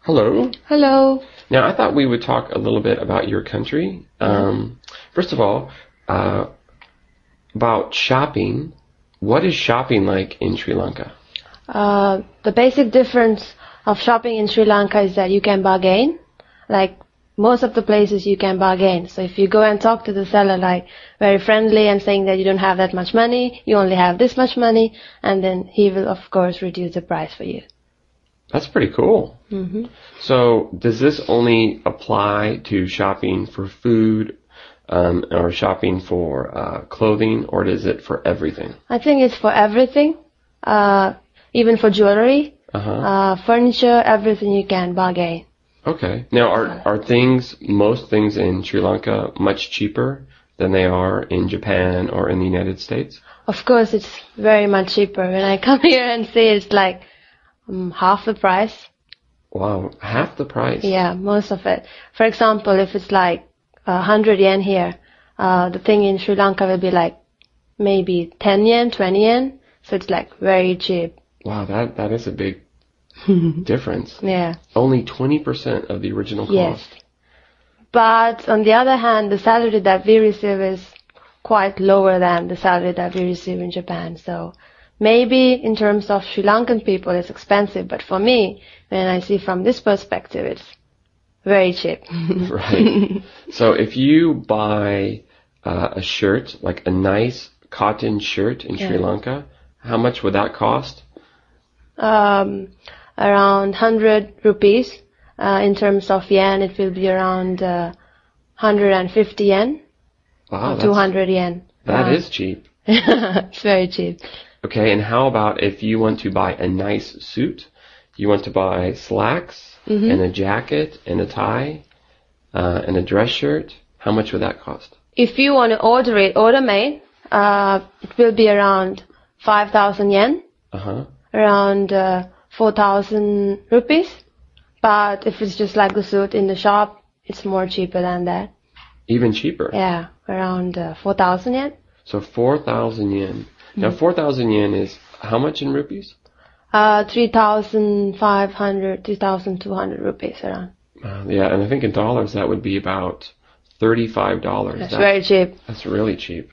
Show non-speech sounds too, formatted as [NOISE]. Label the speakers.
Speaker 1: Hello.
Speaker 2: Hello.
Speaker 1: Now, I thought we would talk a little bit about your country. Um, first of all, uh, about shopping. What is shopping like in Sri Lanka?
Speaker 2: Uh, the basic difference of shopping in Sri Lanka is that you can bargain. Like most of the places you can bargain. So if you go and talk to the seller like very friendly and saying that you don't have that much money, you only have this much money, and then he will of course reduce the price for you.
Speaker 1: That's pretty cool. Mm-hmm. So, does this only apply to shopping for food um, or shopping for uh, clothing, or does it for everything?
Speaker 2: I think it's for everything, uh, even for jewelry,
Speaker 1: Uh-huh.
Speaker 2: uh, furniture, everything you can bargain.
Speaker 1: Okay. Now, are are things most things in Sri Lanka much cheaper than they are in Japan or in the United States?
Speaker 2: Of course, it's very much cheaper. When I come [LAUGHS] here and see, it's like um, half the price.
Speaker 1: Wow, half the price.
Speaker 2: Yeah, most of it. For example, if it's like uh, 100 yen here, uh, the thing in Sri Lanka will be like maybe 10 yen, 20 yen. So it's like very cheap.
Speaker 1: Wow, that that is a
Speaker 2: [LAUGHS]
Speaker 1: big difference.
Speaker 2: Yeah.
Speaker 1: Only twenty percent of the original
Speaker 2: Yes.
Speaker 1: cost.
Speaker 2: But on the other hand, the salary that we receive is quite lower than the salary that we receive in Japan. So maybe in terms of Sri Lankan people, it's expensive. But for me, when I see from this perspective, it's very cheap.
Speaker 1: [LAUGHS] Right. so if you buy uh, a shirt, like a nice cotton shirt in Sri Lanka, how much would that cost?
Speaker 2: um, around 100 rupees. Uh, in terms of yen, it will be around uh, 150 yen,
Speaker 1: Wow, Oh, that's,
Speaker 2: 200 yen.
Speaker 1: that is cheap.
Speaker 2: It's very cheap.
Speaker 1: Okay, and how about if you want to buy a nice suit? You want to buy slacks
Speaker 2: Mm-hmm.
Speaker 1: and a jacket and a tie uh, and a dress shirt. How much would that cost?
Speaker 2: If you want to order it, order made, uh, it will be around 5,000 yen,
Speaker 1: Uh huh.
Speaker 2: around uh, 4,000 rupees. But if it's just like the suit in the shop, it's more cheaper than that.
Speaker 1: Even cheaper.
Speaker 2: Yeah, around uh, 4,000 yen.
Speaker 1: So four thousand yen. Now four thousand yen is how much in rupees?
Speaker 2: Uh, 3,500, 3,200 rupees around.
Speaker 1: Uh, yeah, and I think in dollars that would be about thirty-five dollars.
Speaker 2: It's very cheap.
Speaker 1: That's really cheap.